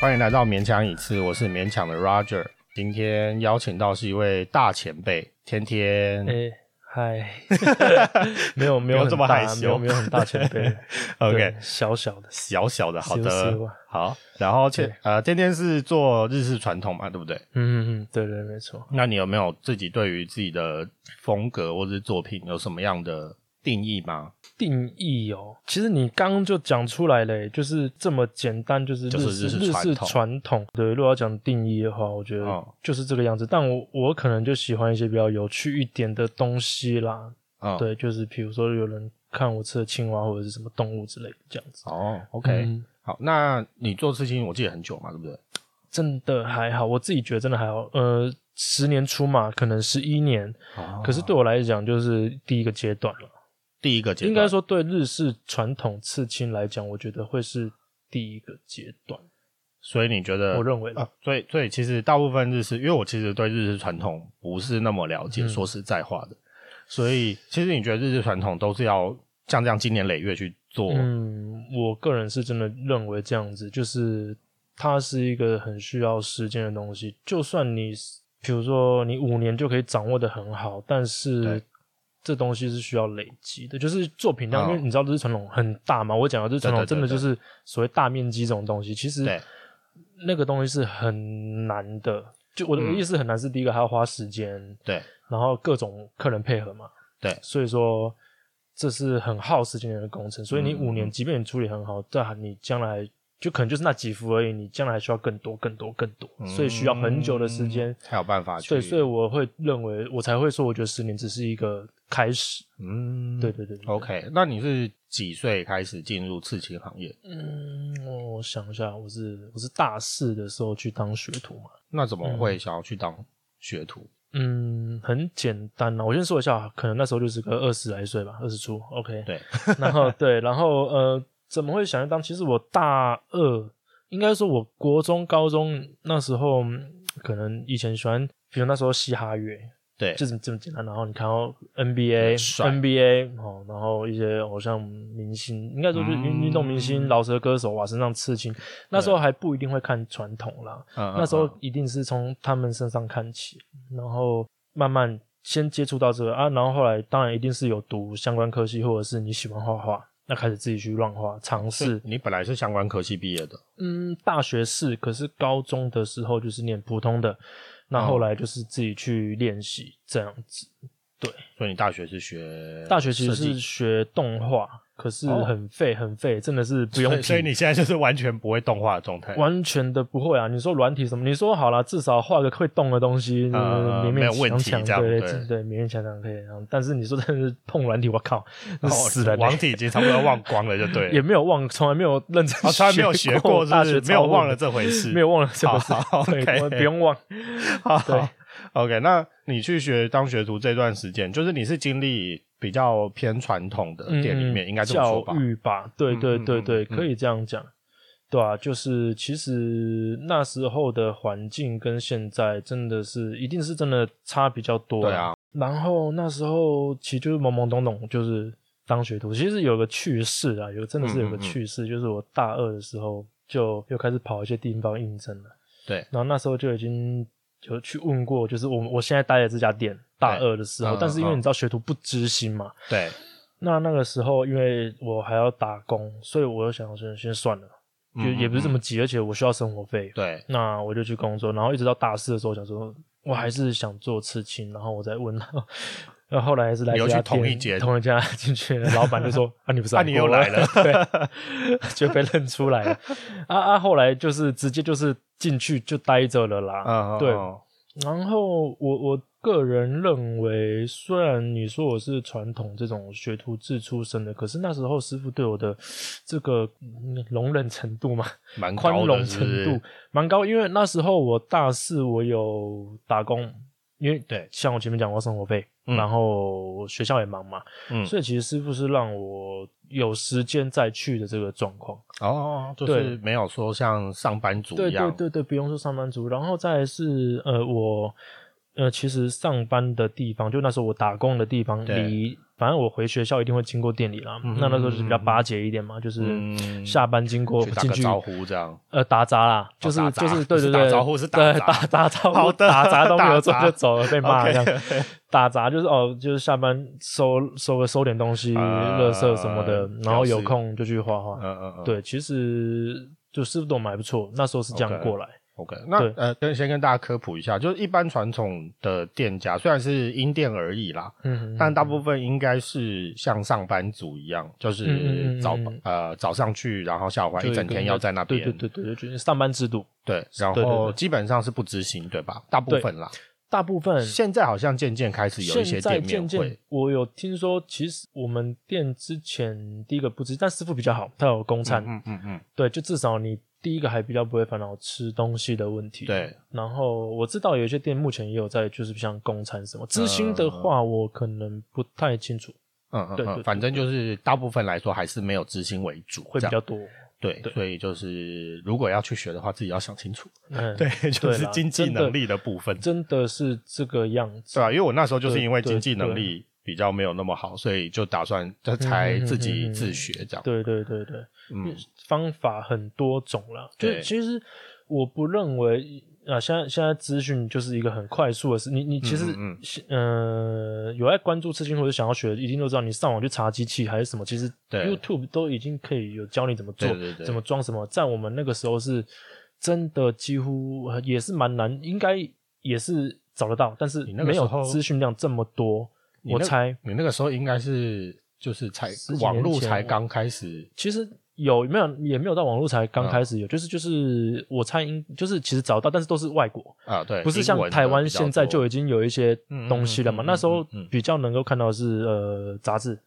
欢迎来到勉强一次，我是勉强的 Roger。今天邀请到是一位大前辈天天、哎、 嗨，没有没不要有很嗯这么害大羞没有没有很 大前辈 OK，对小小的，小小的，好羞的羞啊，好。然后天对呃，天天是做日式传统嘛，对不对？嗯嗯嗯，对对没错，那你有没有自己对于自己的风格或者是作品有什么样的定义吗？定义哦，其实你刚刚就讲出来了，就是这么简单，就是日就是式日式日传式统传统。对，如果要讲定义的话，我觉得哦就是这个样子。但我我可能就喜欢一些比较有趣一点的东西啦。嗯，，对，就是比如说有人看我吃的青蛙或者是什么动物之类的这样子。哦，OK，、嗯好。那你做刺青，我记得很久嘛，对不对？真的还好，我自己觉得真的还好。呃，十年出嘛，可能十一年，哦可是对我来讲就是第一个阶段了。第一个阶段应该说，对日式传统刺青来讲，我觉得会是第一个阶段。所以你觉得？我认为啦啊，所以所以其实大部分日式，因为我其实对日式传统不是那么了解，嗯说实在话的。所以其实你觉得日式传统都是要像这样经年累月去做，嗯，我个人是真的认为这样子，就是它是一个很需要时间的东西。就算你比如说你五年就可以掌握的很好，但是对这东西是需要累积的，就是作品量，哦因为你知道这是传统很大嘛。我讲的这是传对统，对真的对就是所谓大面积这种东西，其实对那个东西是很难的。就我的嗯意思很难是第一个还要花时间，对然后各种客人配合嘛，对所以说这是很耗时间的工程。所以你嗯五年，即便你处理很好，但你将来就可能就是那几幅而已，你将来还需要更多、更多、更多，所以需要很久的时间。嗯才嗯有办法去。对，所以我会认为，我才会说，我觉得十年只是一个开始。嗯，对对对对 OK，那你是几岁开始进入刺青行业？嗯，我想一下，我是我是大四的时候去当学徒嘛。那怎么会想要去当学徒？嗯，很简单啊啦。我先说一下，可能那时候就是个二十来岁吧，二十出。OK，对，然后对，然后呃，怎么会想要当？其实我大二，应该说我国中、高中那时候，嗯可能以前喜欢，比如那时候嘻哈乐，对，就是这么简单。然后你看哦到很 NBA、帅 NBA 哦，然后一些偶像明星，应该说就是运嗯运动明星、饶舌歌手啊，身上刺青。那时候还不一定会看传统啦，嗯那时候嗯一定是从他们身上看起，然后慢慢先接触到这个啊，然后后来当然一定是有读相关科系，或者是你喜欢画画，那开始自己去乱画尝所以试。你本来是相关科系毕业的，嗯，大学是，可是高中的时候就是念普通的，那哦后来就是自己去练习这样子。所以你大学是学大学其实嗯设计是学动画，可是哦很废很废，真的是不用所以所以皮你现在就是完全不会动画的状态。完全的不会啊！你说软体什么？你说好了，至少画个会动的东西，呃勉没有勉问强题强，这样对对对，勉勉强强可以。然后但是你说真的是碰软体，我靠，那哦死人欸王体已经差不多忘光了，就对了。 也没有忘，从来没有认真啊，从来没有学学过，是不大学是？没有超忘混了的这回事，没有忘了这回事好，对， OK 我们不用忘。好。对 OK，那你去学当学徒这段时间，就是你是经历比较偏传统的店里面，嗯应该这么说教吧？育吧，对嗯对嗯对嗯对，嗯可以这样讲，对啊，就是其实那时候的环境跟现在真的是一定是真的差比较多，对啊。然后那时候其实就是懵懵懂懂，就是当学徒。其实有个趣事啊，有真的是有嗯个嗯嗯趣事，就是我大二的时候就又开始跑一些地方应征了。对，然后那时候就已经有去问过，就是我我现在待的这家店，大对二的时候，嗯但是因为嗯你知道学徒不知心嘛，对，那那个时候，因为我还要打工，所以我就想先先算了，就嗯也不是这嗯么急，而且我需要生活费。对，那我就去工作，然后一直到大四的时候，想说我还是想做刺青，然后我再问他。然后后来还是来你又这家去同店一间同一家进去，老板就说：“啊，你不是啊韩你国又来人 对，就被认出来了。啊啊，后来就是直接就是进去就待着了啦。嗯，对，嗯然后我我个人认为，虽然你说我是传统这种学徒制出身的，可是那时候师傅对我的这个嗯容忍程度嘛，蛮宽高容的，是程不是度蛮高。因为那时候我大四，我有打工，因为对像我前面讲过生活费，嗯然后学校也忙嘛，嗯，所以其实师傅是让我有时间再去的这个状况。哦，就是对没有说像上班族对一样对，对对，不用说上班族。然后再来是呃，我呃，其实上班的地方，就那时候我打工的地方对离反正我回学校一定会经过店里啦。嗯那那时候就是比较巴结一点嘛，就是嗯下班经过去打进个去，招呼这样。哦呃，打杂啦，就是打杂就是对不是对打对，招呼是打对杂打打招好呼，的打杂都没有做打杂就走了，被骂 OK 这样。 打杂就是哦，就是下班收收个收点东西，啊垃圾什么的，然了后解有空就去画画嗯。嗯嗯，对，其实就师傅对我们还不错，那时候是这 OK 样过来。 OK，那对呃，跟先跟大家科普一下，就是一般传统的店家虽然是因店而异啦，嗯，但大部分应该是像上班族一样，就嗯嗯是嗯早嗯嗯呃早上去，然后下午还就一个整天要在那边，对对对对对，就是上班制度，对然对对后对基本上是不执行，对吧？大部分啦，大部分现在好像渐渐开始有一些嗯现在店面渐渐会，，我有听说，其实我们店之前第一个不知，但师傅比较好，他有公餐，嗯嗯嗯，对，就至少你第一个还比较不会烦恼吃东西的问题。。对，然后我知道有一些店目前也有在，就是像公餐什么。知心的话，我可能不太清楚，嗯嗯对嗯，对对反正就是大部分来说还是没有执行为主，会这比样较多。对，对所以就是如果要去学的话，自己要想清楚，嗯，对，， 就是啦经济真的能力的部分，嗯真的是这个样子。对啊，因为我那时候就是因为对经济能对嗯力比较没有那么好，所以就打算这才自己自学这样。对对对对，嗯方法很多种啦。就对是其实我不认为啊，现在现在资讯就是一个很快速的事。你你其实嗯呃有在关注刺青或者想要学的，一定都知道你上网去查机器还是什么，其实对 YouTube 都已经可以有教你怎么做，对对对怎么装什么。在我们那个时候是真的几乎呃也是蛮难，应该也是找得到，但是你那个没时有候资讯量这么多，你我那猜。你那个时候应该是就是才十几网年络前才我刚开始，其实有没有也没有到网络才嗯刚开始有，就是就是我猜应就是其实找到，但是都是外国，啊，对，不是英像文的台湾比较现在多就已经有一些嗯嗯东西了嘛。嗯嗯那时候嗯嗯比较能够看到的是呃杂志，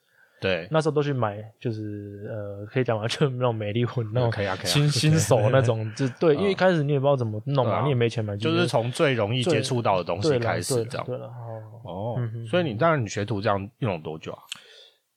对那时候都去买，就是呃可以讲嘛， 就那种美丽魂那种可以啊可以啊新新手那种，就对，嗯因为一开始你也不知道怎么弄对啊嘛，你也没钱买，就是从最容易接最触到的东西对啦开始对啦这样。对了，哦哦嗯，嗯所以你当然你学徒这样用了多久啊？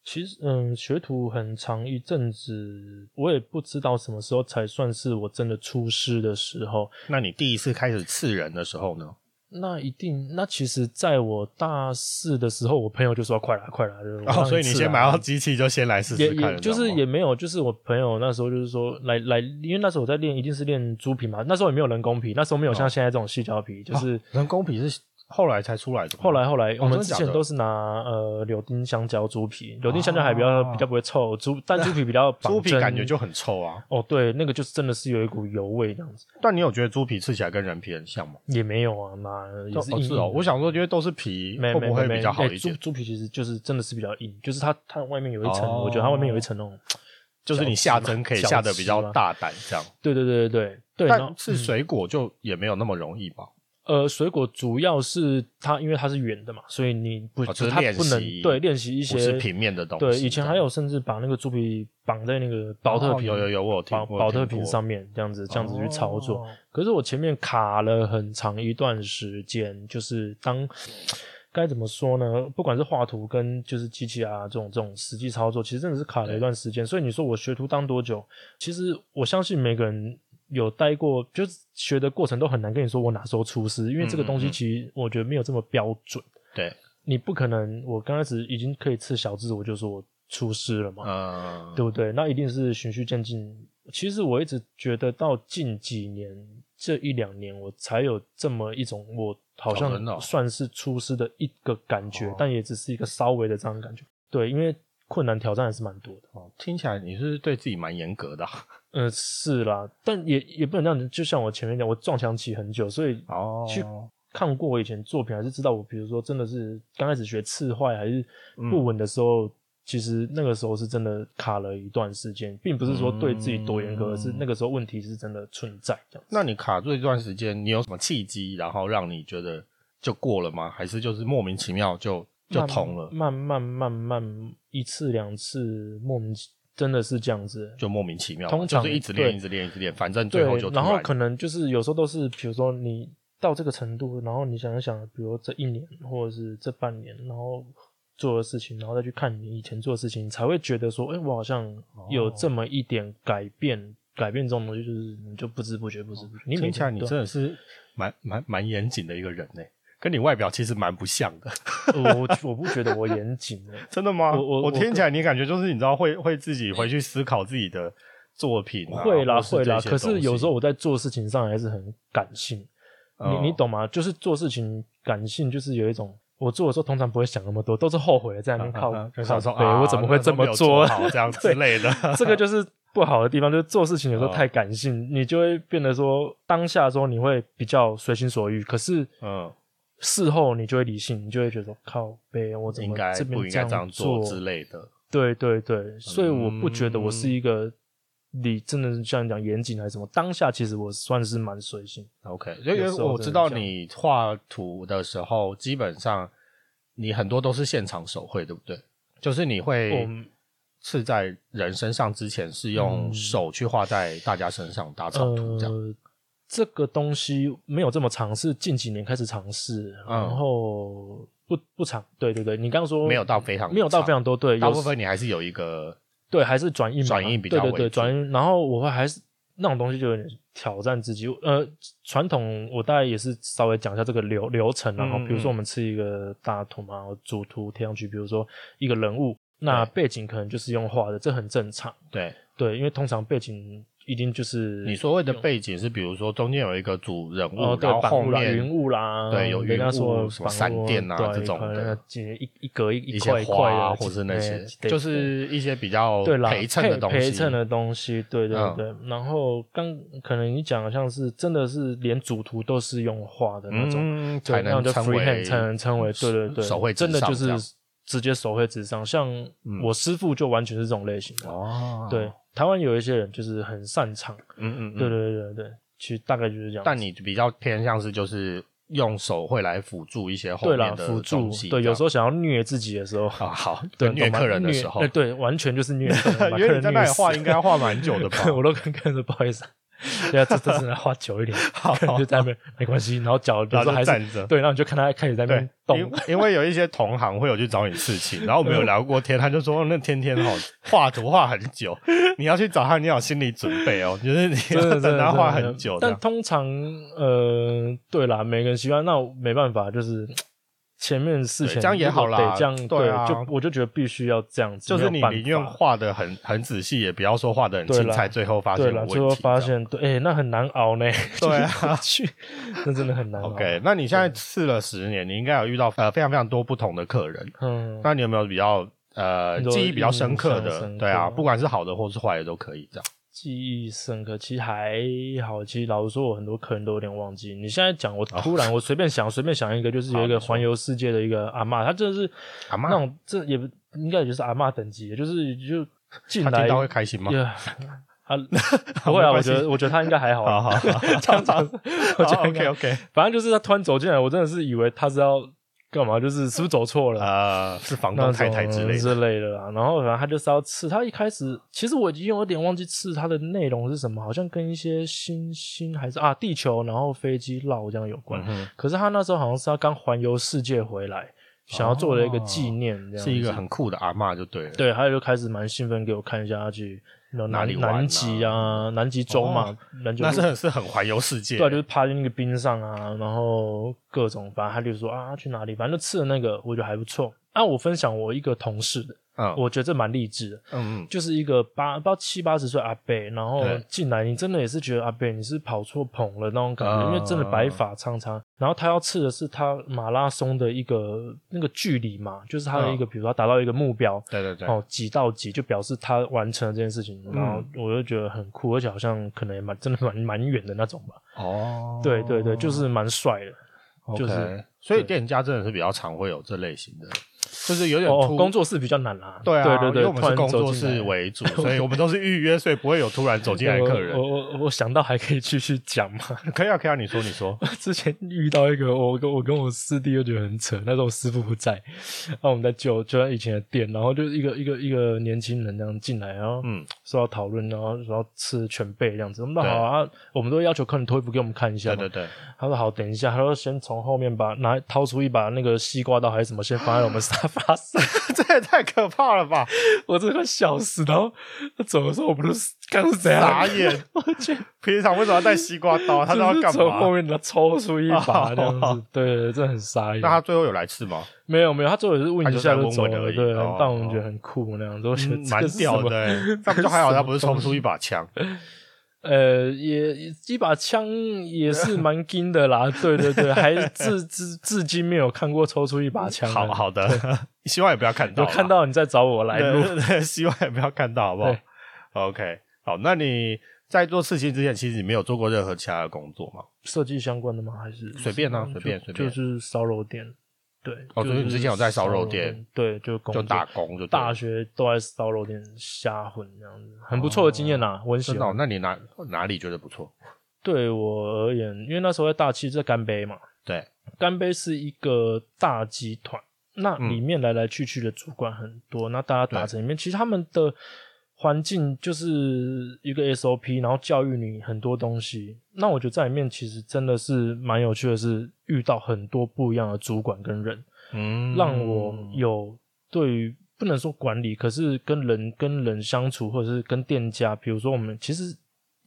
其实，嗯，学徒很长一阵子，我也不知道什么时候才算是我真的出师的时候。那你第一次开始刺人的时候呢？那一定，那其实在我大四的时候，我朋友就说：“快来，快来！”我哦，让所以你刺先啊买到机器就先来试也试看也了，就是这样吗也没有，就是我朋友那时候就是说来来，因为那时候我在练，一定是练猪皮嘛，那时候也没有人工皮，那时候没有像现在这种细胶皮，就是哦人工皮是后来才出来的吗，后来后来，我真们的之假前的都是拿呃柳丁香蕉猪皮，柳丁香蕉还比较哦比较不会臭，猪但猪皮比较猪皮绑感针觉就很臭啊。哦，对，那个就是真的是有一股油味这样子，但你有觉得猪皮吃起来跟人皮很像吗？也没有啊，那也是哦硬是哦，硬的我想说，因为都是皮，没会没不会没比较好没一点猪？猪皮其实就是真的是比较硬，就是它它外面有一层，哦我觉得它外面有一层那种，就是你下针可以下的比较大胆这样，对对对对对对，然后嗯但是水果就也没有那么容易吧？呃，水果主要是它因为它是圆的嘛，所以你不、哦就就是它练不能习对练习一不是些平面的东西。对，以前还有有甚至把那个猪皮绑在那个保特哦瓶、有有有我有听保我有保特听瓶过上面这样子这样子去操作。哦可是我前面卡了很长一段时间，就是当该怎么说呢？不管是画图跟就是机器啊这种这种实际操作，其实真的是卡了一段时间。所以你说我学徒当多久？其实我相信每个人。有待过，就是学的过程都很难跟你说我哪时候出师，因为这个嗯东嗯西嗯其实我觉得没有这么标准。对，你不可能，我刚开始已经可以吃小字，我就说我出师了嘛，嗯，对不对？那一定是循序渐进。其实我一直觉得到近几年这一两年，我才有这么一种我好哦真的哦像算是出师的一个感觉，哦但也只是一个稍微的这样的感觉。对，因为困难挑战还是蛮多的。哦听起来你是对自己蛮严格的啊嗯，是啦，但也也不能这样子。就像我前面讲，我撞墙期很久，所以 哦去看过我以前作品，还是知道我，比如说真的是刚开始学刺坏还是嗯不稳的时候，其实那个时候是真的卡了一段时间，并不是说对自己多严格，嗯而是那个时候问题是真的存在这样子。那你卡住一段时间，你有什么契机，然后让你觉得就过了吗？还是就是莫名其妙就就通了，慢嗯慢慢慢慢一次两次，莫名其真的是这样子。就莫名其妙嘛？通常就是一直练，对一直练，一直练，反正对最后就，突然后然可能就是有时候都是，比如说你到这个程度，然后你想一想，比如这一年或者是这半年，然后做的事情，然后再去看你以前做的事情，你才会觉得说，哎、我好像有这么一点改变。改变这种东 西，就是你就不知不觉，不知不觉。你每哦听起来天你对真的是蛮蛮蛮严谨的一个人呢、跟你外表其实蛮不像 的，我我不觉得我严谨的，真的吗？我我我我听起来你感觉就是你知道会会自己回去思考自己的作品、啊， 会啦或是会啦。这些可是东西有时候我在做事情上还是很感性，哦你你懂吗？就是做事情感性，就是有一种我做的时候通常不会想那么多，都是后悔了在那边靠，嗯就想说对啊，我怎么会这么那时候没有做做？ 好这样之对类的。这个就是不好的地方，就是做事情有时候哦太感性，你就会变得说当下的时候你会比较随心所欲，可是 嗯，事后你就会理性，你就会觉得说靠背，我怎应么该这边不应该这样做做之类嗯的。对对对，所以我不觉得我是一个理，真的是像你讲严谨还是什么。当下其实我算是蛮随性， OK，因为有时候我真的知道这样你画图的时候，基本上你很多都是现场手绘，对不对？就是你会嗯是在人身上之前是用嗯手去画在大家身上打草图这样。呃，这个东西没有这么尝试，近几年开始尝试，然嗯后不不长，对对对，你刚刚说没有到非常呃没有到长非常多，对，大有部时分你还是有一个对还是转印嘛转印比较对为对对主转印，然后我会还是那种东西就有点挑战自己，呃，传统我大概也是稍微讲一下这个流流程，然后嗯比如说嗯我们吃一个大图嘛，我主图贴上去，比如说一个人物，那背景可能就是用画的，这很正常，对。对，因为通常背景一定就是你所谓的背景是，比如说中间有一个主人物，哦，对然，后板后雾啦、面云雾啦，对有云人家说雾什么板雾闪电啊对这种可能的几一一格一一一些块一花块啊的，或是那哎些，对就是一些比较对啦，陪衬的东西。陪衬的东西，对对嗯对。然后刚可能你讲的像是真的是连主图都是用画的那种，嗯，对才那样能就称 free 为 hand 才能称为对对对，手绘纸真的上就这样嗯是直接手绘纸上，像我师傅就完全是这种类型的。哦，对，台湾有一些人就是很擅长，嗯嗯，对对嗯。对对对，其实大概就是这样子。但你比较偏向是就是用手绘来辅助一些后对啦，面的辅助东西对，有时候候想要虐自己的时候，啊好， 对跟虐懂吗客人的时候虐呃，对，完全就 是虐客人，因把客为人你在那虐里画死应该 要画蛮久的吧我都跟客人说不好意思啊，对啊，这这只能画久一点， 好客人就在那边没关系，然后脚有然时后候还就是站着。对，然后你就看他开始在那对边，动，因因为有一些同行会有去找你事情，然后我们有聊过天，他就说哦那天天好画图画很久， 你要去找他，你要有心理准备哦，就是你真的要真的等他画真的很久这但样。通常呃，对啦，每个人习惯，那我没办法，就是前面事对前这样也如果好啦得这样对啊就我就觉得必须要这样子，就是没你有办宁愿法画的很很仔细，也不要说画的很对精啦彩，最后发现对有了，问最后题。发现对，哎、那很难 熬呢。对啊，去那真的很难熬。 OK，那你现在试了十年，你应该有遇到呃非常非常多不同的客人。嗯，那你有没有比较呃你说记忆比较深刻印象的？深刻对啊，不管是好的或是坏的都可以这样。记忆深刻，其实还好。其实老实说，我很多客人都有点忘记。你现在讲，我突然、我随便想，随便想一个，就是有一哦好个你说环游世界的一个阿嬷，她真的是阿嬷那种，这也不应该也就是阿嬷等级的，就是就进他来听到会开心吗？也啊，不会没啊，我关系觉得我觉得他应该还好啊。好好 好 这样讲，我觉得应该 OK OK 反正就是他突然走进来，我真的是以为他是要干嘛，就是是不是走错了？呃，是房那东太太之类的。之类的啦。然后反正他就是要刺，他一开始其实我已经有点忘记刺它的内容是什么，好像跟一些星星还是啊地球，然后飞机绕这样有关。嗯可是他那时候好像是他刚环游世界回来，想要做的一个纪念，哼，这样哦是一个子很酷的阿嬷就对了。对，他就开始蛮兴奋给我看一下他去那哪里玩啊南哦南极啊，南极洲嘛，南极那是很是很环游世界。对啊，就是趴在那个冰上啊，然后各种，反正他就说啊去哪里，反正就吃的那个我觉得还不错。啊，我分享我一个同事的，嗯我觉得这蛮励志的，嗯嗯，就是一个八不知道七八十岁阿伯，然后对进来，你真的也是觉得阿伯你是跑错棚了那种感觉，啊因为真的白发苍苍。然后他要吃的是他马拉松的一个那个距离嘛，就是他的一个，比如说他达到一个目标，对嗯对对。哦，几到几就表示他完成了这件事情，然嗯后我就觉得很酷，而且好像可能也蛮真的蛮蛮远的那种吧。哦对对对，就是蛮帅的。就是 OK。所以店家真的是比较常会有这类型的，就是有点哦，突工作室比较难啦。对啊，对对因为对，我们是突然工走作进来室为主，所以我们都是预约，所以不会有突然走进来的客人我。我我我想到还可以继续讲嘛。 可以啊，可以啊，你说你说， 之前遇到一个，我跟我跟我师弟就觉得很扯，那时候我师傅不在，然后我们在旧就在以前的店，然后就是一个一个一个年轻人这样进来，然后嗯，说要讨论，然后说要吃全背这样子，我们说对好啊，我们都要求客人脱衣服给我们看一下对嘛。对对， 他说好，等一下，他说先从后面把拿拿掏出一把那个西瓜刀还是什么，先放在我们沙发上， 这也太可怕了吧！我真的快笑死。然后他走的时候，我们都是刚是怎样？傻眼，啊 我去，平常为什么要带西瓜刀？他都要就是干从后嘛？面拿抽出一把这样好好子，对对，对真的很傻眼那。他最后有来吃吗？没有没有，他最后也是问他你就一是来下就问走问而了，已对哦，但我们觉得很酷那 样子，我觉得嗯这蛮个是屌什么的欸，那不就还 好，他不是抽不出一把枪。呃，也一把枪也是蛮硬 的啦，对对对，还至至至今没有看过抽出一把枪。啊好，好的， 希望也不要看到有啦，看到你再找我来对录。对对，希望也不要看到，好不好对？OK，好，那你在做刺青之前，其实你没有做过任何其他的工作嘛？ 设计相关的吗？还是随便啊随便就随便就是烧肉店，对。哦就所以你是之前有在烧肉店店，对，就工就作打工就对大了学都在烧肉店瞎混这样子，很不错的经验啦，我很喜真的哦、欢。那你哪哪里觉得不错？对我而言，因为那时候在大七在干杯嘛，对，干杯是一个大集团，那嗯里面来来去去的主管很多，那大家打对成里面，其实他们的环境就是一个 SOP，然后教育你很多东西。那我觉得在里面其实真的是蛮有趣的是，遇到很多不一样的主管跟人，嗯让我有对于。不能说管理，可是跟人跟人相处，或者是跟店家，比如说我们其实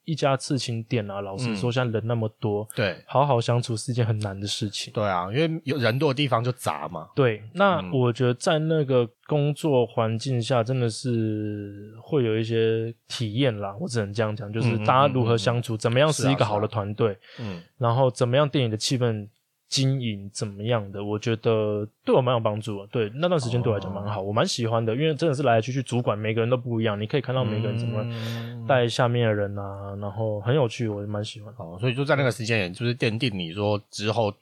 一家刺青店啊，老实说，嗯现在人那么多，对好好相处是一件很难的事情。对啊，因为有人多的地方就杂嘛。对，那嗯我觉得在那个工作环境下，真的是会有一些体验啦。我只能这样讲，就是嗯嗯大家嗯如何嗯相处，怎么样是是啊一是个好的啊团队，嗯，然后怎么样电影的气氛经营怎么样的，我觉得对我蛮有帮助的。对，那段时间对我来讲蛮哦好，我蛮喜欢的，因为真的是来来去去，主管每个人都不一样，你可以看到每个人怎么嗯带下面的人啊，然后很有趣，我也蛮喜欢的。哦，所以就在那个时间点，就是奠定你说之后，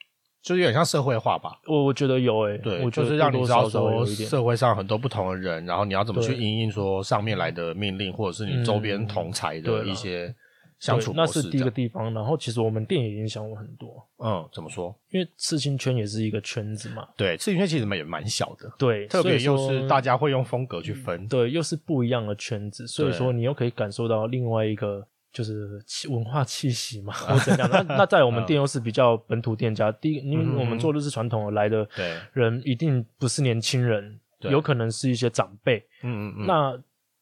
就有点像社会化吧。我我觉得有诶、对，我就觉得是让多你多知道少少有说一点社会上很多不同的人，然后你要怎么去对应应说上面来的命令，或者是你周边嗯同才对的啦一些相处对那模式这是样。第一个地方。然后其实我们店也影响我很多，嗯，怎么说？因为刺青圈也是一个圈子嘛，对，刺青圈其实也蛮小的，对，特别所又以说嗯是大家会用风格去分。对，又是不一样的圈子，所以对说你又可以感受到另外一个。就是气文化气息 嘛，或怎样？那那在我们店又是比较本土店家，第一，嗯因为哼我们做日式传统而来的对人，一定不是年轻人，对有可能是一些长辈，嗯嗯嗯，那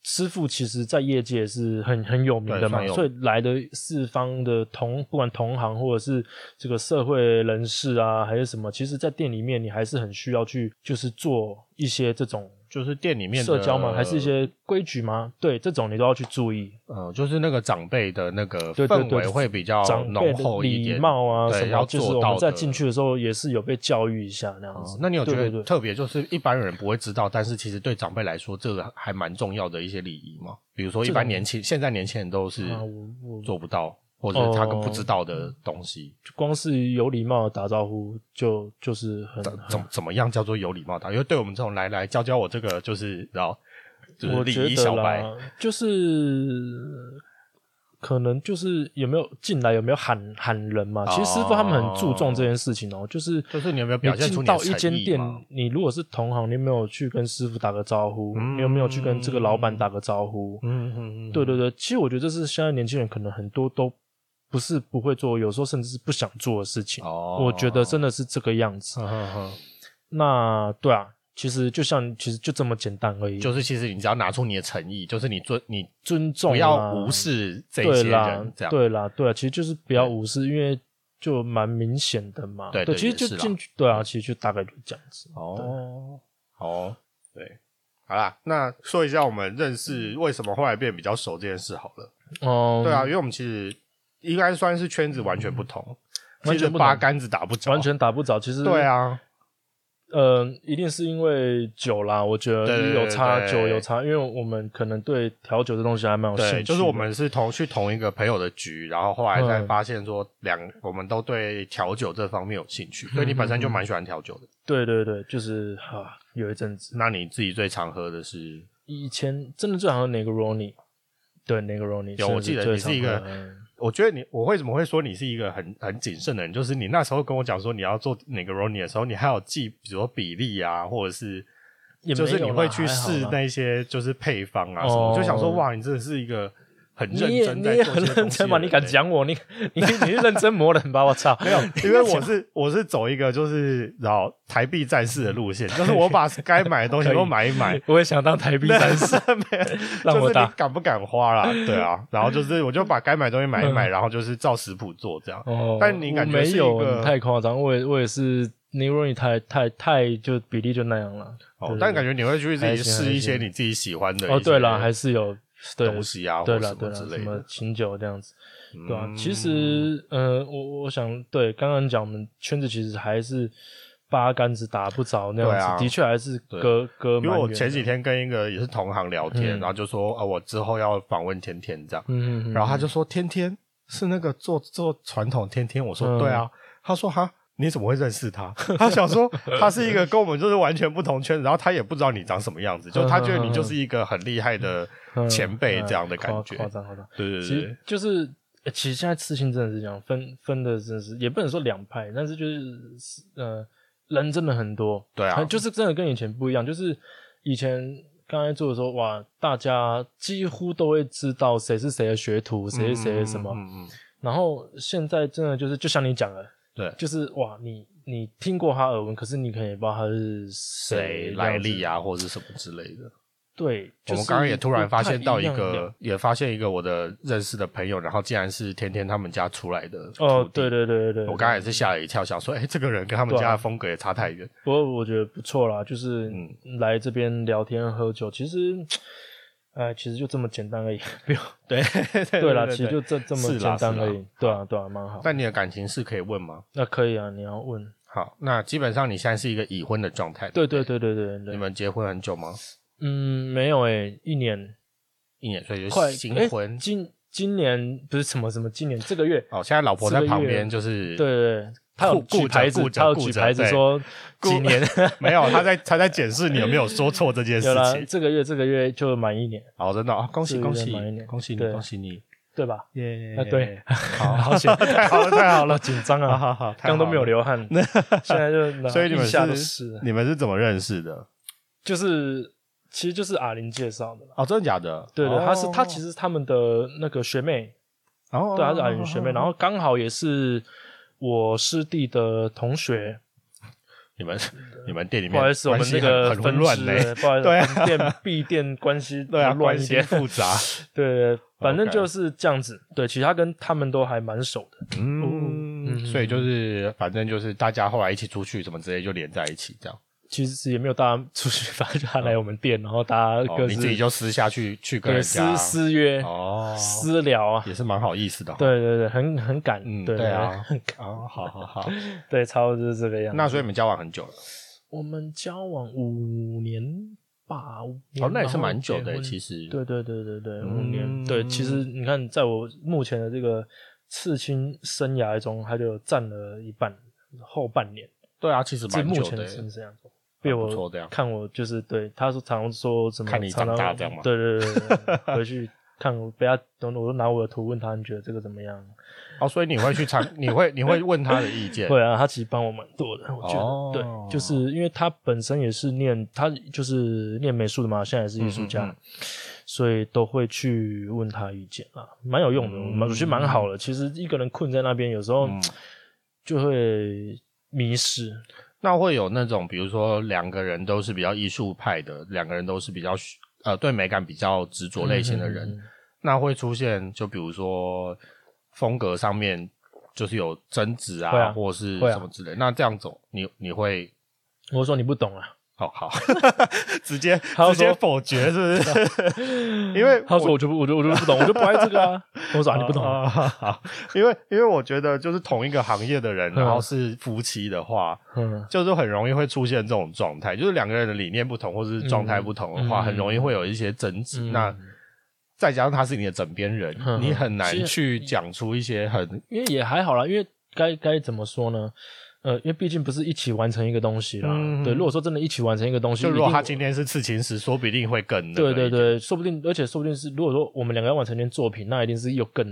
师傅其实，在业界是很很有名的嘛对算，有所以来的四方的同，不管同行或者是这个社会人士啊，还是什么，其实，在店里面你还是很需要去，就是做一些这种就是店里面的社交吗？还是一些规矩吗？对，这种你都要去注意。呃，就是那个长辈的那个对对氛对围会比较长辈浓的厚一礼点，貌啊对什么要，就是做我到们在的进去的时候也是有被教育一下那样哦子。那你有觉对得对对特别，就是一般人不会知道，但是其实对长辈来说，这个还蛮重要的一些礼仪吗？比如说，一这般种年轻现在年轻人都是啊我我哦做不到，或者他更不知道的东西，光是有礼貌的打招呼就就是很怎很怎怎么样叫做有礼貌的？因为对我们这种来来教教我这个，就是然后就是我觉礼仪得小白，啦，就是可能就是有没有进来有没有喊喊人嘛？其实师傅他们很注重这件事情哦，就是就是你有没有表现出进你的到一间诚意店嘛，你如果是同行，你有没有去跟师傅打个招呼？你有没有去跟这个老板打个招呼？嗯嗯嗯，对对对，其实我觉得这是现在年轻人可能很多都不是不会做，有时候甚至是不想做的事情。哦我觉得真的是这个样子。嗯哼哼那对啊，其实就像其实就这么简单而已，就是其实你只要拿出你的诚意，就是你尊你尊重、啊，不要无视这对些啦人，这样对啦，对啊，其实就是不要无视，因为就蛮明显的嘛。对对，对其实也就是啦进去，对啊，其实就大概就这样子。哦，好哦，对，好啦，那说一下我们认识为什么后来变比较熟这件事好了。哦、对啊，因为我们其实应该算是圈子完全不同，完其实全不同八竿子打不着，完全打不着。其实对，啊，呃，一定是因为酒啦，我觉对对得对有差，对酒有差，因为我们可能对调酒这东西还蛮有哦兴趣对，的。就是我们是同去同一个朋友的局，然后后来才嗯发现说两、我们都对调酒这方面有兴趣，所以你本嗯身就蛮喜欢调酒的。对对对，就是啊，有一阵子，那你自己最常喝的是？以前真的最好像 Negroni，对 Negroni，有我记得甚你至最是一常个喝嗯，我觉得你我为什么会说你是一个很很谨慎的人，就是你那时候跟我讲说你要做哪个 r o n i 的时候，你还有记，比如说比例啊，或者是也没就是有你啦会去试还好啦那些就是配方啊什么，哦就想说哇，你真的是一个很你认也真你在也做这很些认东西的真吧？人你敢欸讲我？你你你是认真磨人吧？我操！ 没有，因为我是我是走一个就是然后台币战士的路线，就是我把该买的东西 可以都买一买。我也想当台 币但战士是。 没有，让就我是打你敢不敢花啦？对啊，然后就是我就把该买的东西买一嗯买，然后就是照食谱做这样。哦，但你我感觉没是一有，个你太夸张。我也我也是，你如果你太太太就比例就那样了。哦对，但感觉你会去自还己行试还一些行你自己喜欢的哦，一对些了，还是有对东西啊，对了了对了了，之什类么的，清酒这样子，对啊，其嗯实，呃，我我想，对，刚刚讲我们圈子其实还是八竿子打不着那样对子，啊的确还是对隔隔蛮因为远我的前几，天跟一个也是同行聊天，嗯然后就说啊，我之后要访问天天这样，嗯嗯嗯，然后他就说天天是那个做做传统天天，我嗯说对啊，他说哈。你怎么会认识他？ 他想说他是一个跟我们就是完全不同圈子，然后他也不知道你长什么样子，就他觉得你就是一个很厉害的嗯前辈这样的嗯感夸觉。夸张夸张。对对其对实，就是，呃其实现在刺青真的是这样分分的，真的是也不能说两派，但是就是呃，人真的很多，对啊很就是真的跟以前不一样，就是以前。刚才做的时候，哇，大家几乎都会知道谁是谁的学徒，谁是谁的什么。嗯嗯嗯嗯然后现在真的就是，就像你讲的，对就是哇，你你听过他耳闻，可是你可能也不知道他是谁谁来历啊。啊，或者是什么之类的。对，我就是们刚刚也突然发现到一不太样个，也发现一个我的认识的朋友，然后竟然是天天他们家出来的徒，哦弟对对对对对，我刚才也是吓了一跳，想说，哎、这个人跟他们对啊家的风格也差太远。不过我觉得不错啦，就是嗯来这边聊天喝酒，其实，哎，其实就这么简单而已， 不用对对对啦，其实就这这么是啦简单而是已，对啊对啊，蛮好。但你的感情是可以问吗？那可以啊，你要问，好，那基本上你现在是一个已婚的状态。对不对，对对对你对，们结婚很久吗？嗯，没有诶，一年一年，所以就快新哎婚。今今年不是什么什么，今年这个 月，哦，现在老婆在旁边，就是对对，对他有顾顾举着牌子顾，着他有顾举着牌子对说顾几 年，没有，他在他在检视你有没有说错这件事有啦，情。这个月这个月就满一年，好，真的啊，恭喜是恭喜满一年恭喜你对恭喜你！对吧？ 耶啊 对，好好险， 太好了太 好了，紧张 好啊，好好，太刚都好没有了。流汗，现在 就拿所以你们一下都是湿了你们是怎么认识的？就是其实就是阿林介绍的啦。哦，真的假的？对对，哦他是他其实是他们的那个学妹，哦，对，他是阿林学妹，然后后刚好也是我师弟的同学，你们你们店里面不好意思，我们关系那个很很分混乱支呢，的，不好意对啊思，分 店闭店关系对啊，乱关一系点， 复杂， 对，对反正 OK 就是这样子。对，其实他跟他们都还蛮熟的，嗯，所以就是反正就是大家后来一起出去什么之类就连在一起这样，其实也没有大家 出去，反正就他来我们店，然后大家哦各你自自己就私下去去跟对人家私私约哦，私聊啊，也是蛮好意思的，，对对对，很很赶，嗯，对对 啊，哦，好好好，对，对，差不多就是这个样子。那所以你们交往很久了，我们交往五年吧，五年哦，那也是蛮久的，实。其实，对对对对对，五嗯年。对，其实你看，在我目前的这个刺青生涯中，它就占了一半，后半年。对啊，其实这蛮目久前的，是这样子。被蛮我不错的呀看我就是对他说常说什么看你长大常常这样吗对对对对对， 回去看我被他，等我都拿我的图问他，你觉得这个怎么样？哦，所以你会去参， 你会你会问他的意见，对啊，他其实帮我蛮多的，我觉得、哦对，就是因为他本身也是念他就是念美术的嘛，现在也是艺术家，嗯嗯所以都会去问他意见啊，蛮有用的，嗯我觉得蛮好的。其实一个人困在那边，有时候嗯就会迷失。那会有那种，比如说两个人都是比较艺术派的，两个人都是比较呃对美感比较执着类型的人，嗯那会出现就比如说风格上面就是有争执啊，会啊或是会啊什么之类。那这样走，你你会我说你不 懂啊，好 好直接要直接说否决是不 是？因为他说我就不，我就我就不懂，我就不爱这个啊。 我说、啊、你不懂啊， 啊啊好因为因为我觉得就是同一个行业的人，嗯然后是夫妻的话，嗯，就是很容易会出现这种状态，就是两个人的理念不同或者是状态不同的话，嗯嗯很容易会有一些争执。嗯那再加上他是你的枕边人，嗯你很难是去讲出一些很因为也还好啦，因为该该怎么说呢？呃，因为毕竟不是一起完成一个东西啦。嗯对，如果说真的一起完成一个东西，就如一果定他今天是刺青师，说不定会更那个对一点对对，说不定，而且说不定是如果说我们两个要完成一件作品，那一定是又更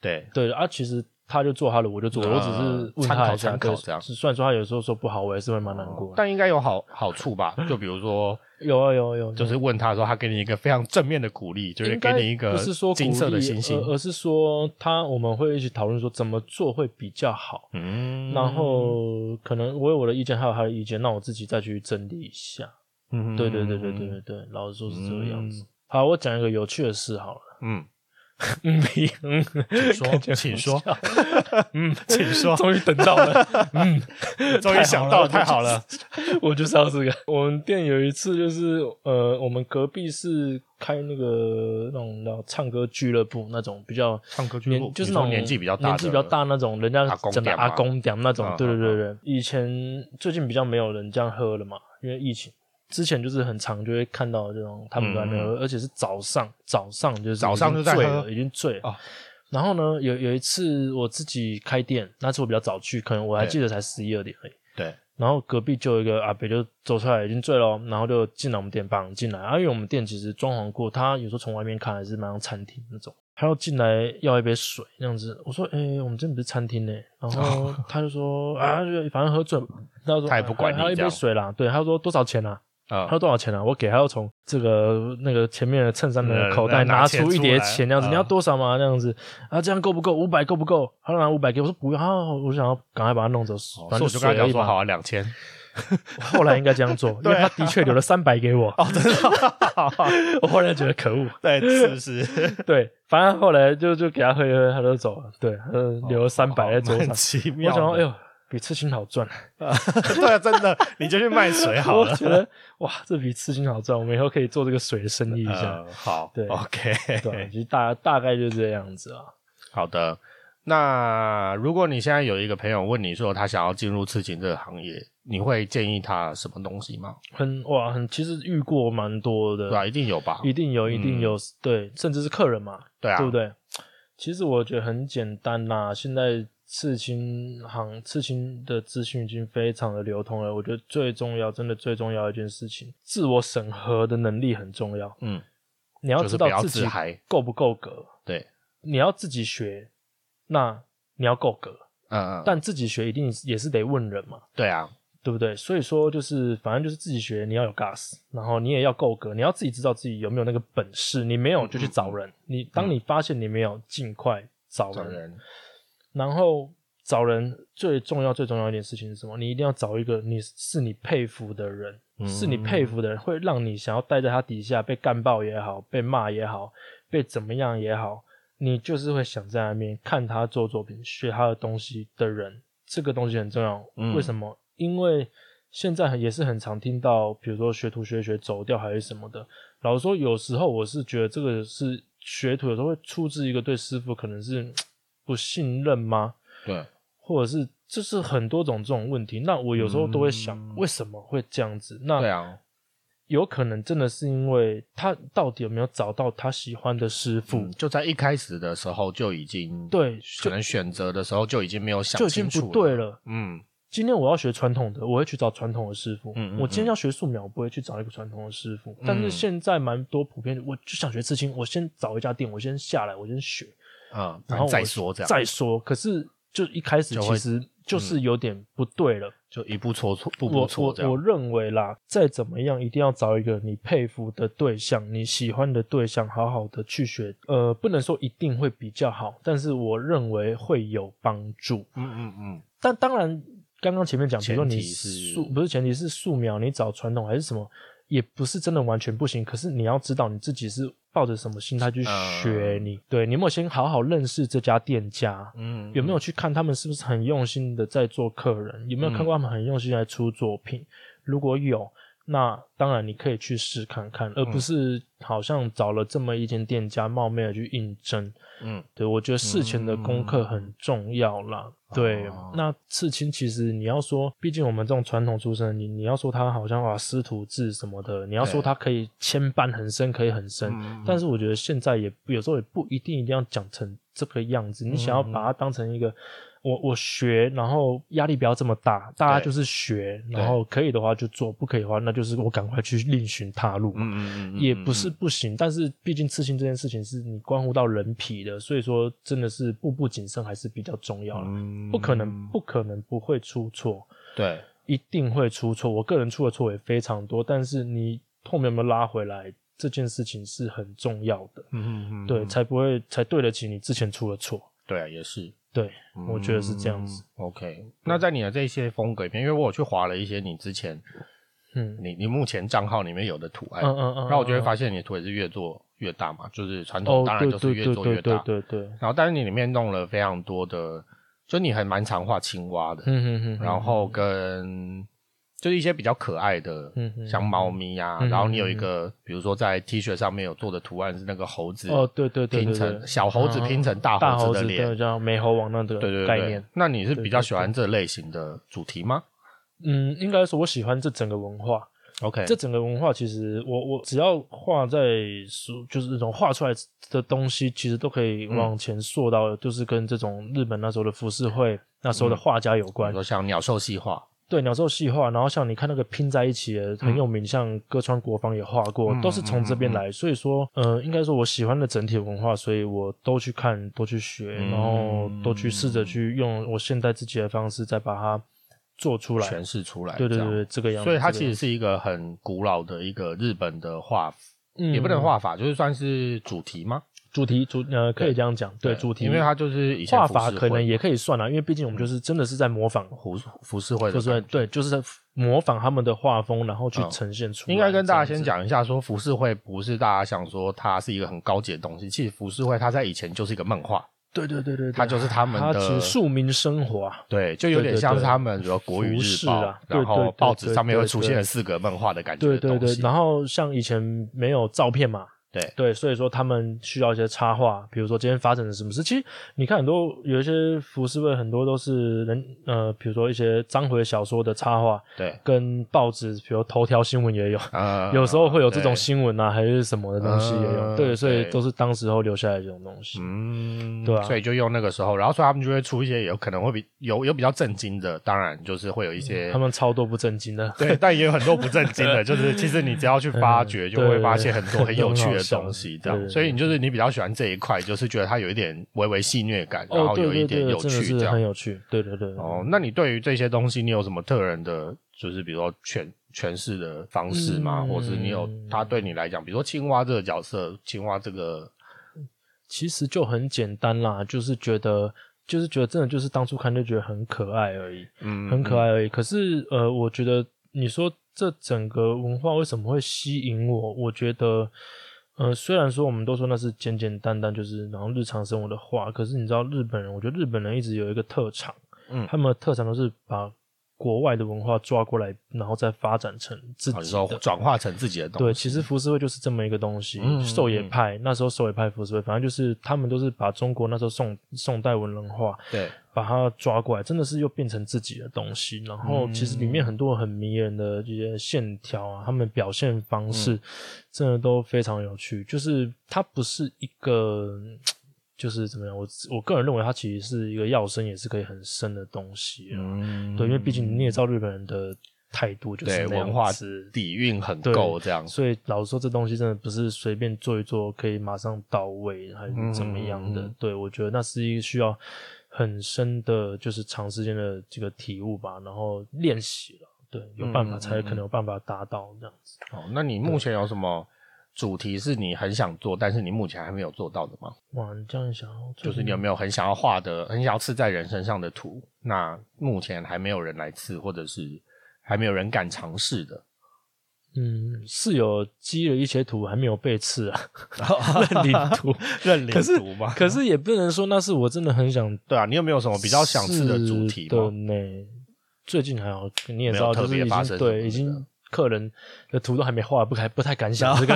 对对啊。其实他就做他的，我就做我的，我只是问他一下参考参考对这样是虽然说他有时候说不好，我也是会蛮难过的。但应该有好好处 吧？就比如说，有啊有啊有啊，就是问他说，他给你一个非常正面的鼓励，就是应给该你一个不是说金色鼓的励呃星星而。而是说他我们会一起讨论说怎么做会比较好。嗯然后可能我有我的意见，还有他的意见，那我自己再去整理一下。嗯对对对对对对对，老实说是这个样子。嗯好，我讲一个有趣的事好了。嗯，嗯，比嗯，请说， 请 说，嗯，请说，终于等到了， 嗯，终于想到了，太太好好了了， 我就是要这个。我们店有一次就是，呃，我们隔壁是开那个那种叫唱歌俱乐部那种比较唱歌俱乐部年，就是你那说种年纪比较大的年纪比较大那种，人家阿公整的店吗阿公店那种嗯。对对嗯对对，以前最近比较没有人这样喝了嘛，因为疫情。之前就是很常就会看到这种他们在那边喝，而且是早上早上就嗯是早上已经就在醉喝了，已经醉了。哦然后呢，有有一次我自己开店，那次我比较早去，可能我还记得才十一二点而已。 对，然后隔壁就有一个阿伯就走出来，已经醉了哦，然后就进来我们店，绑进来。啊，因为我们店其实装潢过，他有时候从外面看还是蛮像餐厅那种。他要进来要一杯水那样子，我说：“哎、我们这不是餐厅呢、然后他就说：“啊，就反正喝醉了。”他说：“哦啊他也不管你还有一这杯样水啦。”对，他说：“多少钱啊？”啊他说多少钱啊？我给，他要从这个那个前面的衬衫的嗯口袋拿拿拿钱出一叠出来钱，那样子，嗯你要多少嘛？那样子啊，这样够不够？五百够不够？他拿五百给我，我说不要，啊我想要赶快把它弄走，哦所反以正我就跟他水而讲已说，嘛好。啊，两千，后来应该这样做， 因为他的确留了三百给我，哦，真的， 我后来觉得可恶。对，是不是？对，反正后来就就给他喝一喝，他就走了。对，他就 留了三百在桌哦蛮上。奇我妙想的。说，哎呦，比刺青好赚。 对啊，真的，你就去卖水好我了。觉得哇，这比刺青好赚，我们以后可以做这个水的生 意 一下。呃，好，对，OK，对，啊其实大大概就是这样子啊。 好的。那如果你现在有一个朋友问你说他想要进入刺青这个行业，你会建议他什么东西吗？很哇，很其实遇过蛮多的，对啊，一定有吧？一定有，一定有，对，甚至是客人嘛，对啊，对不对？其实我觉得很简单啦，现在刺青行刺青的资讯已经非常的流通了。我觉得最重要，真的最重要的一件事情，自我审核的能力很重要。嗯，你要就知是不道要自自己嗨。够不够格，对，你要自己学，那你要够格，嗯嗯，但自己学一定也是得问人嘛。对啊，对不对？所以说就是，反正就是自己学，你要有 gas，然后你也要够格，你要自己知道自己有没有那个本事。你没有嗯就去找人，你当你发现你没有，尽快找找人。人然后找人最重要最重要一件事情是什么？你一定要找一个你是你佩服的人，嗯是你佩服的人，会让你想要待在他底下，被干爆也好，被骂也好，被怎么样也好，你就是会想在那边看他做作品，学他的东西的人，这个东西很重要。嗯为什么？因为现在很也是很常听到，比如说学徒学学走掉还是什么的。老实说，有时候我是觉得这个是学徒有时候会出自一个对师傅可能是不信任吗？对，或者是就是很多种这种问题。那我有时候都会想，嗯为什么会这样子？对那啊，有可能真的是因为他到底有没有找到他喜欢的师傅？嗯，就在一开始的时候就已经，对，可就能选择的时候就已经没有想就已经清楚不对，了。嗯今天我要学传统的，我会去找传统的师傅。嗯嗯嗯我今天要学素描，我不会去找一个传统的师傅。嗯但是现在蛮多普遍的，我就想学刺青，我先找一家店，我先下来，我先学。啊，然后我再说这样，嗯再说。可是就一开始就其会实就是有点不对了。就一步错错，步步我错我这样我，认为啦，再怎么样，一定要找一个你佩服的对象，你喜欢的对象，好好的去学。呃，不能说一定会比较好，但是我认为会有帮助。嗯嗯嗯，但当然，刚刚前面讲，比如说前你提是素不是前提是素描，你找传统还是什么，也不是真的完全不行。可是你要知道你自己是抱着什么心态去学嗯你，对你有没有先好好认识这家店家？嗯，有没有去看他们是不是很用心的在做客人？有没有嗯看过他们很用心地在出作品？如果有，那当然你可以去试看看，而嗯不是好像找了这么一间店家冒昧的去应征。嗯对，我觉得事前的功课很重要啦。对，哦那刺青其实你要说，毕竟我们这种传统出身的，你你要说他好像啊师徒制什么的，你要说对他可以牵绊很深，可以很深，嗯但是我觉嗯得现在也有时候也不一定一定要讲成这个样子。你想要把它当成一个我我学，然后压力不要这么大，大家对就是学，对然后可以的话就做，不可以的话那就是我赶快去另寻他路嘛。嗯嗯嗯嗯，也不是不行，但是毕竟刺青这件事情是你关乎到人皮的，所以说真的是步步谨慎还是比较重要了。嗯，不可能，不可能不会出错，对，一定会出错。我个人出的错也非常多，但是你后面有没有拉回来这件事情是很重要的，嗯嗯嗯，对，嗯才不会才对得起你之前出的错。对啊也是，对，我觉得是这样子。嗯 OK，那在你的这些风格里面，因为我有去划了一些你之前嗯你你目前账号里面有的图案，嗯嗯嗯。然后我就会嗯发现你的图也是越做越大嘛，就是传统哦，当然就对是越对做越对对大，对对对，然后但是你里面弄了非常多的，就你还蛮常画青蛙的，嗯嗯嗯，然后跟就是一些比较可爱的，嗯嗯像猫咪啊，嗯然后你有一个，比如说在 T 恤上面有做的图案是那个猴子哦，对对对拼对成对，小猴子嗯嗯拼成大大猴子猴的子脸，对，叫美猴王那对个对概对念。。那你是对比对较对喜欢这类型的主题吗嗯，应该说我喜欢这整个文化， ？OK，这整个文化其实我我只要画在书，就是那种画出来的东西，其实都可以嗯往前溯到，就是跟这种日本那时候的浮世绘、那嗯时候的画家有比如关。说像鸟兽戏画，对，鸟兽戏画，然后像你看那个拼在一起的很有名，像歌川国芳也画过，嗯都是从这边嗯嗯来。所以说，呃，应该说我喜欢的整体文化，所以我都去看，都去学，嗯然后都去试着去用我现在自己的方式再把它做出来。诠释出来，对对这样对，对，这个样子。所以它这个其样实子是一个很古老的一个日本的画，嗯也不能画法，就是算是主题吗？主题主呃，可以对这样讲，对主题，因为它就是以前画浮法世可绘能也可以算啊啦，因为毕竟我们就是真的是在模仿，胡浮世绘的就感觉，是对，就是在模仿他们的画风，然后去嗯呈现出来。应该跟大家这样先子，讲一下，说浮世绘不是大家想说它是一个很高级的东西，其实浮世绘它在以前就是一个漫画，对对对对，对它就是他们它的只庶民生活啊，对，就有对点对像是对他们比如说国语浮日世报，啊对然对后对报纸对上面对会出对现了四格漫画的感觉对的对东对西。。然后像以前没有照片嘛，对对，所以说他们需要一些插画，比如说今天发生了什么事。其实你看很多有一些浮世绘，很多都是人呃，比如说一些章回小说的插画，对，跟报纸，比如头条新闻也有。呃，有时候会有这种对，新闻啊，还是什么的东西也有，嗯对，所以对都是当时候留下来的这种东西。嗯，对啊所以就用那个时候，然后所以他们就会出一些有可能会比有有比较震惊的，当然就是会有一些他们超多不正经 的，对，但也有很多不正经的，就是其实你只要去嗯发掘，就会发现很多很有趣的东西，这对对样。对所以你就是你比较喜欢这一块，就是觉得它有一点微微戏谑感，然哦，后对有一对对点，有真的趣是这样。很有趣，对对对。哦，那你对于这些东西，你有什么特人的，就是比如说诠诠释的方式吗？嗯或是你有它对你来讲，比如说青蛙这个角色，青蛙这个，其实就很简单啦，就是觉得，就是觉得真的就是当初看就觉得很可爱而已，嗯，很可爱而已。可是呃，我觉得你说这整个文化为什么会吸引我？我觉得。呃，虽然说我们都说那是简简单单，就是然后日常生活的话，可是你知道日本人，我觉得日本人一直有一个特长，嗯他们的特长都是把国外的文化抓过来，然后再发展成自哦，你己说的。转化成自己的东对，西，其实浮世绘就是这么一个东西。嗯嗯狩野嗯派那时候狩野派浮世绘，反正就是他们都是把中国那时候宋宋代文人画，对，把它抓过来，真的是又变成自己的东西。然后嗯其实里面很多很迷人的这些线条啊，他们表现嗯方式真的都非常有趣。就是它不是一个，嗯就是怎么样？我我个人认为它其实是一个要深，也是可以很深的东西啊。嗯对，因为毕竟你也知道日本人的态度就是对那样文化子底蕴很对够，这样。所以老实说，这东西真的不是随便做一做可以马上到位，还是怎么样的。嗯嗯嗯对我觉得那是一个需要很深的，就是长时间的这个体悟吧，然后练习了。对，有办嗯嗯法嗯才可能有办法达到这样子。哦，那你目前有什么主题是你很想做，但是你目前还没有做到的吗？哇，你这样想要就做，是你有没有很想要画的、很想要刺在人身上的图？那目前还没有人来刺，或者是还没有人敢尝试 的。嗯，是有积了一些土，还没有被 刺啊，认领图，认领可 是图吗可是也不能说那是我真的很想对啊，你有没有什么比较想刺的主题是吗？的呢，最近还好，你也知没道，有特就是别已发经生什么对的已经客人的图都还没画，不还不太敢想 这个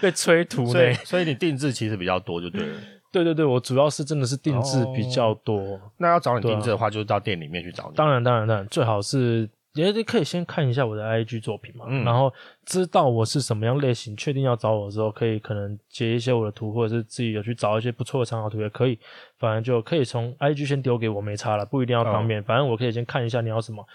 被催图呢所。以，所以你定制其实比较多，就对了。对对对，我主要是真的是定制比较多，啊那要找你定制的话，就是到店里面去找你。当然当然当然，最好是也也可以先看一下我的 IG 作品嘛，嗯然后知道我是什么样类型，确定要找我的时候，可以可能截一些我的图，或者是自己有去找一些不错的参考图也可以，反正就可以从 IG 先丢给我，没差了，不一定要当面，反正我可以先看一下你要什么，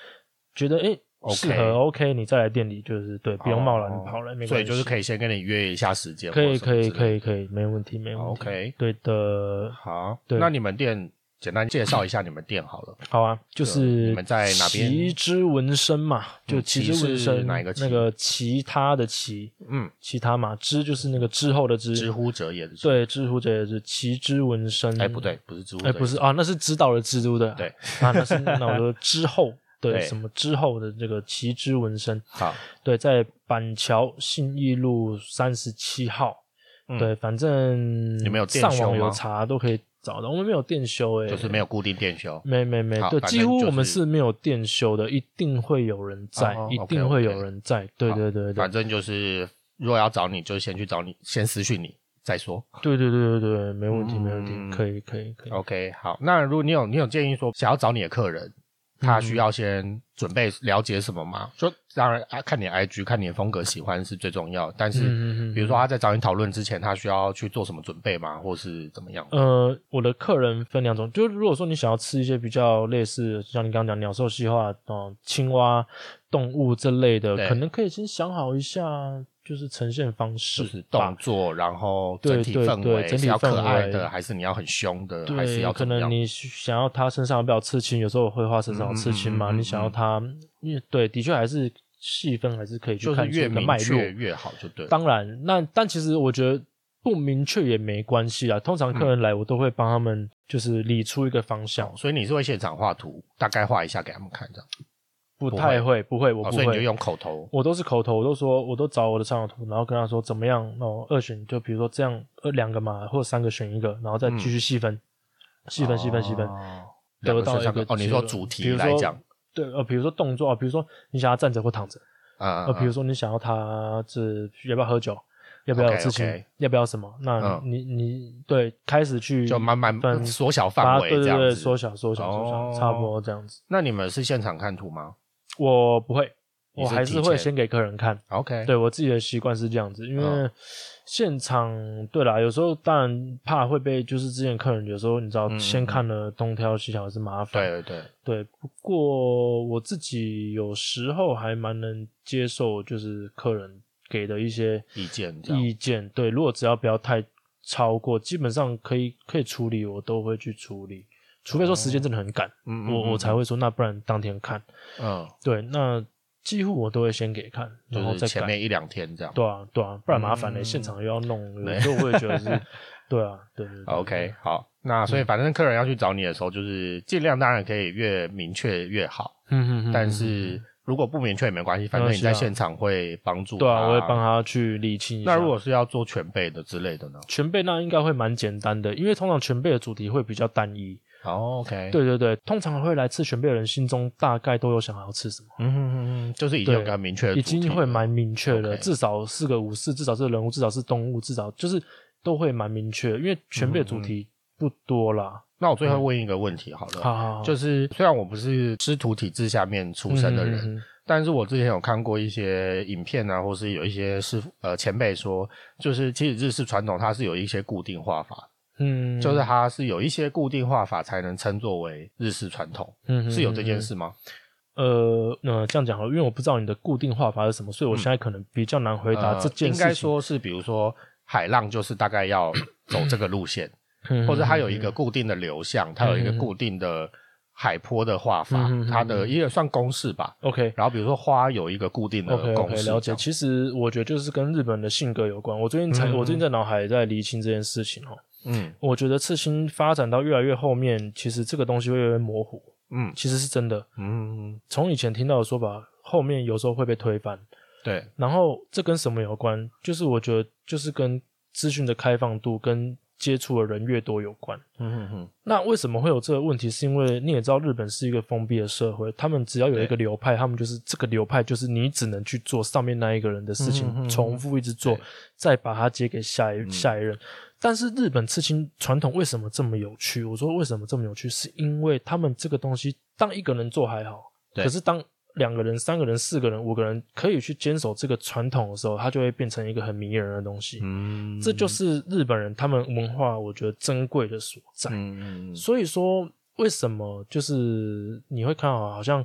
觉得诶 OK 适合哦 OK，你再来店里就是对，不用贸然跑来，没关系，哦所以就是可以先跟你约一下时间，可以可以可以。以可以，没问题没问题 OK 对的，好，对那你们店简单介绍一下你们店好了。好啊，就对是你们在哪边旗之纹身嘛，就嗯旗旗之是纹身哪一个旗那个其他的旗，嗯，其他嘛，之就是那个之后的之，知乎者也是，对，知乎者也是旗之纹身。哎，不，对，不是知乎者哎，也，不是啊，那是指导的之，对不对？对啊，那是那我说之后。对，对什么之后的这个旗之纹身，好，对，在板桥信义路三十七号，嗯对，反正你们有店上休网有吗查都可以找到，我们没有店休哎、就是没有固定店休。没没没，好对，反几正乎就我们是是没有店休的，一定会有人在，哦一，OK，定会 OK 有人在，对好对对对反正就是，如果要找你，就先去找你，先私讯你再说。对对对对对，没问题没问嗯题，可以可以可以。 OK，好，那如果你有你有建议说想要找你的客人，他需要先准备了解什么吗？就当然啊，看你的 IG，看你的风格喜欢是最重要，但是。嗯嗯嗯比如说他在找你讨论之前，他需要去做什么准备吗？或是怎么样？呃，我的客人分两种，就是如果说你想要吃一些比较类似，像你刚刚讲鸟兽系化，嗯、青蛙、动物这类的对，可能可以先想好一下，就是呈现方式就吧，是动作，然后整体对对氛对围整体是要可氛爱围的，还是你要很凶的，还是对，要可怎么能样？你想要他身上有比较刺青，有时候我会画身上有刺青嘛，嗯嗯嗯嗯你想要他，因为对，的确还是细分还是可以去就是看出越一个明脉络。确越好，就对了。当然，那但其实我觉得不明确也没关系啊。通嗯常客人来，我都会帮他们就是理出一个方向，所以你是会现场画图，大概画一下给他们看，这样。不太会，不会，我哦，不所以你就会。用口头。我都是口头，我都说，我都找我的参考图，然后跟他说怎么样，那我二选，就比如说这样，呃，两个嘛，或者三个选一个，然后再继续细分，细分，细分，细分，嗯哦得到一两个个哦，你说结论主题比如来说讲，对，呃，比如说动作啊，比如说你想要站着或躺着，啊呃，比如说你想要他是要不要喝酒，要不要有 OK，事情 OK 要不要什么，那嗯你、你对开始去就慢慢分缩小把范它围，对这对样对，子。缩小缩小缩小，哦差不多这样子。那你们是现场看图吗我不会，你我是还提是会前先给客人看， ？OK，对我自己的习惯是这样子，因为嗯现场对啦，有时候当然怕会被就是之前客人有时候你知道嗯嗯先看了东挑西挑是麻烦，对对对，对，不过我自己有时候还蛮能接受，就是客人给的一些意见这样意见。对，如果只要不要太超过，基本上可以可以处理，我都会去处理。除非说时间真的很赶，嗯我我才会说，那不然当天看。嗯，对，那几乎我都会先给看，然后就再是前改。面一两天这样。对啊，对啊，不然麻烦嘞、嗯现场又要弄，有时候我也 觉得是，对啊，对对对 OK，好，嗯那嗯所以反正客人要去找你的时候，就是尽量当然可以越明确越好， 嗯嗯嗯，但嗯是如果不明确也没关系，反没正关你系在啊现场会帮助。对啊，我会帮。他去理清一下。那如果是要做全备的之类的呢？全背那应该会蛮简单的，因为通常全背的主题会比较单一。哦，OK，，对对对，通常会来吃全背的人心中大概都有想要吃什么，嗯哼哼哼，就是已经有对比较明确的主已题了，经会蛮明确的， OK 至少是个武士，至少是人物，至少是动物，至少就是都会蛮明确的，因为全背的主嗯题不多啦。那我最后问一个问题好了，嗯好好好，哦就是虽然我不是师徒体制下面出身的人，嗯，嗯嗯但是我之前有看过一些影片啊，或是有一些师傅呃前辈说，就是其实日式传统它是有一些固定画法，嗯，嗯就是它是有一些固定画法才能称作为日式传统，嗯是有这件。嗯嗯嗯事吗？呃，那这样讲好了，因为我不知道你的固定画法是什么，所以我现在可能比较难回答嗯呃这件应事情。该说是比如说海浪就是大概要走这个路线，嗯，或者它有嗯一个固定的流向，它有一个嗯嗯嗯固定的海坡的画法，嗯嗯嗯嗯它的一个算公式吧。 OK，然后比如说花有一个固定的 OK 公 OK，式了这解。样其实我觉得就是跟日本的性格有关。我最近才，嗯我最近在脑海在厘清这件事情哦。嗯我觉得刺青发展到越来越后面，其实这个东西会越来越模糊，嗯其实是真的。嗯，从以前听到的说法，后面有时候会被推翻。对，然后这跟什么有关？就是我觉得就是跟资讯的开放度跟接触的人越多有关。嗯嗯嗯，那为什么会有这个问题？是因为你也知道，日本是一个封闭的社会，他们只要有一个流派，他们就是这个流派，就是你只能去做上面那一个人的事情，嗯哼哼重复一直做对，嗯再把它接给下一、下一任。但是日本刺青传统为什么这么有趣？我说为什么这么有趣，是因为他们这个东西，当一个人做还好，对可是当两个人、三个人、四个人、五个人可以去坚守这个传统的时候，它就会变成一个很迷人的东西。嗯这就是日本人他们文化我觉得珍贵的所在。嗯嗯所以说，为什么就是你会看好好像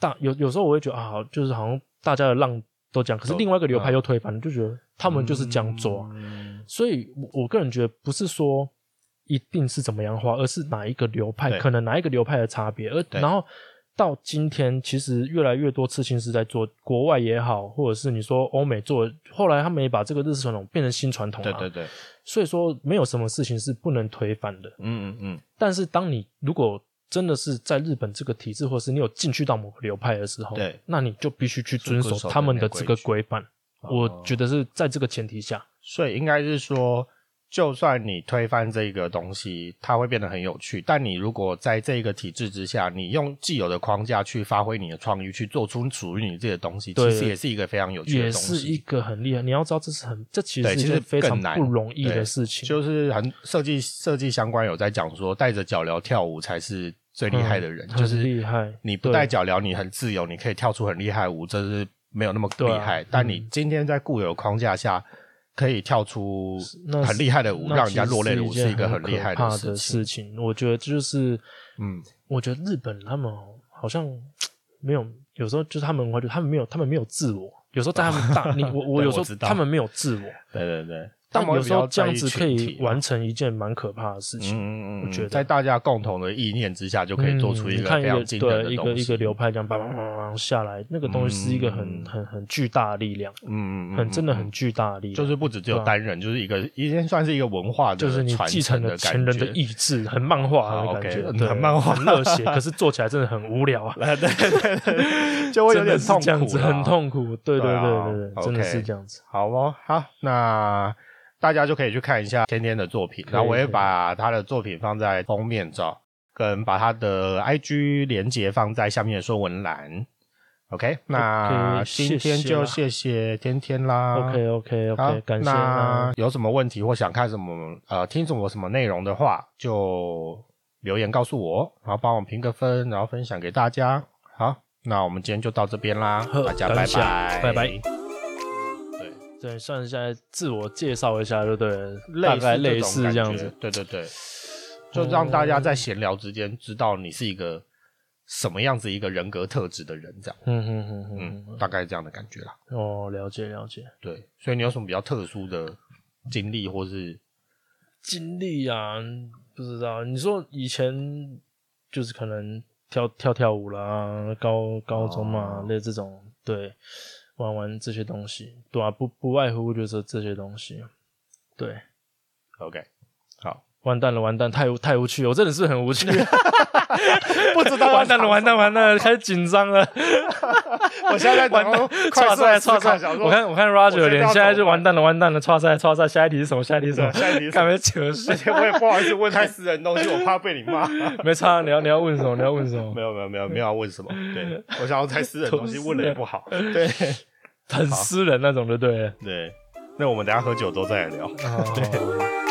大有有时候我会觉得啊，就是好像大家的浪都讲，可是另外一个流派又推翻，就觉得他们就是这样做啊。嗯所以我我个人觉得不是说一定是怎么样画，而是哪一个流派，对可能哪一个流派的差别。而对然后到今天，其实越来越多刺青师在做，国外也好，或者是你说欧美做，后来他们也把这个日式传统变成新传统了、嗯啊对对对，所以说没有什么事情是不能推翻的。嗯嗯嗯，但是当你如果真的是在日本这个体制，或是你有进去到某个流派的时候，对，那你就必须去遵遵守守他们那的个这规个矩哦规范。我觉得是在这个前提下，所以应该是说，就算你推翻这个东西，它会变得很有趣。但你如果在这个体制之下，你用既有的框架去发挥你的创意，去做出属于你自己的东西，对其实也是一个非常有趣的也东是一西。个很厉害。你要知道，这是很这其实对是一其件实非常更难不容易的对事情。就是很设计设计相关有在讲说，带着脚镣跳舞才是最厉害的人，嗯就很是厉害。你不对带脚镣，你很自由，你可以跳出很厉害的舞，这是没有那么对厉啊害。但你嗯今天在固有框架下。可以跳出那很是厉害的舞，那让其人家实落泪的舞，件是一个很厉可害怕事的情。事情。我觉得就是，嗯，我觉得日本他们哦好像没有，有时候就是他们文化，就他们没有，他们没有自我。有时候在他们大，你 我我对有时我候知道他们没有自我，对对对，但他们会有比时候较这在样意子可群以体嘛完成一件蛮可怕的事情。嗯我觉得在大家共同的意念之下，就可以做出嗯一你个看非常惊人对的一个东一西。个流派这样叭叭叭叭叭下来，那个东西是一个很、嗯很很巨大的力量，嗯嗯嗯，很真的嗯很巨大的力量，就是不止只有单人，就是一个已经算是一个文化的啊就是你传继承了的感前人的觉。意志，很漫画的好感觉， ，OK，嗯对，很漫画，很热血，可是做起来真的很无聊 啊 对对对，就会有 真的点是痛这样苦子，啦，很啊痛苦，对对啊对对，真的 OK 是这样子。好哦，好，那大家就可以去看一下天天的作品，可以然后我也可以把他的作品放在封面照，跟把他的 IG 连接放在下面的说文栏。OK，那 OK，今天谢谢就啦谢谢天天啦。 OK OK 好 OK，，感谢啊那，有什么问题或想看什么呃听什么什么内容的话，就留言告诉我，然后帮我评个分，然后分享给大家。好，那我们今天就到这边啦，呵大家感拜谢拜，拜拜。对。对，算现在自我介绍一下，就对了，大类概似类似这种这样感子觉，，对对对，就让大家在闲聊之间知道你是一个什么样子一个人格特质的人，这样，嗯嗯嗯嗯嗯，大概这样的感觉啦。嗯，哦，了解了解。对，所以你有什么比较特殊的经历，或是经历啊，不知道。你说以前就是可能跳跳跳舞啦，高高中嘛，哦类这种对，玩玩这些东西，对啊，不不外乎就是这些东西，对。 OK？好，完蛋了，完蛋，太无太无趣了，我真的是很无趣，不 知 道要完蛋了，讲完蛋，完蛋了，开始紧 张了，我现在在完等蛋哦，快岔速赛地岔思考，赛，想说我看我看 Roger 的我现在脸，要现在就怎么办完蛋了，完蛋了，岔赛岔赛，下一题是什么？下一题是 什么？对下一题是什么干嘛扯而事？ 且 我也不好意思问太私人的东西，我怕被你 骂。没差，你要你要问什么？你要问什么没？有没有没有没有要问什么，对我想要太私人的东 西问了也不好，对很私人那种，就对了。对，那我们等一下喝酒之后再来聊。对。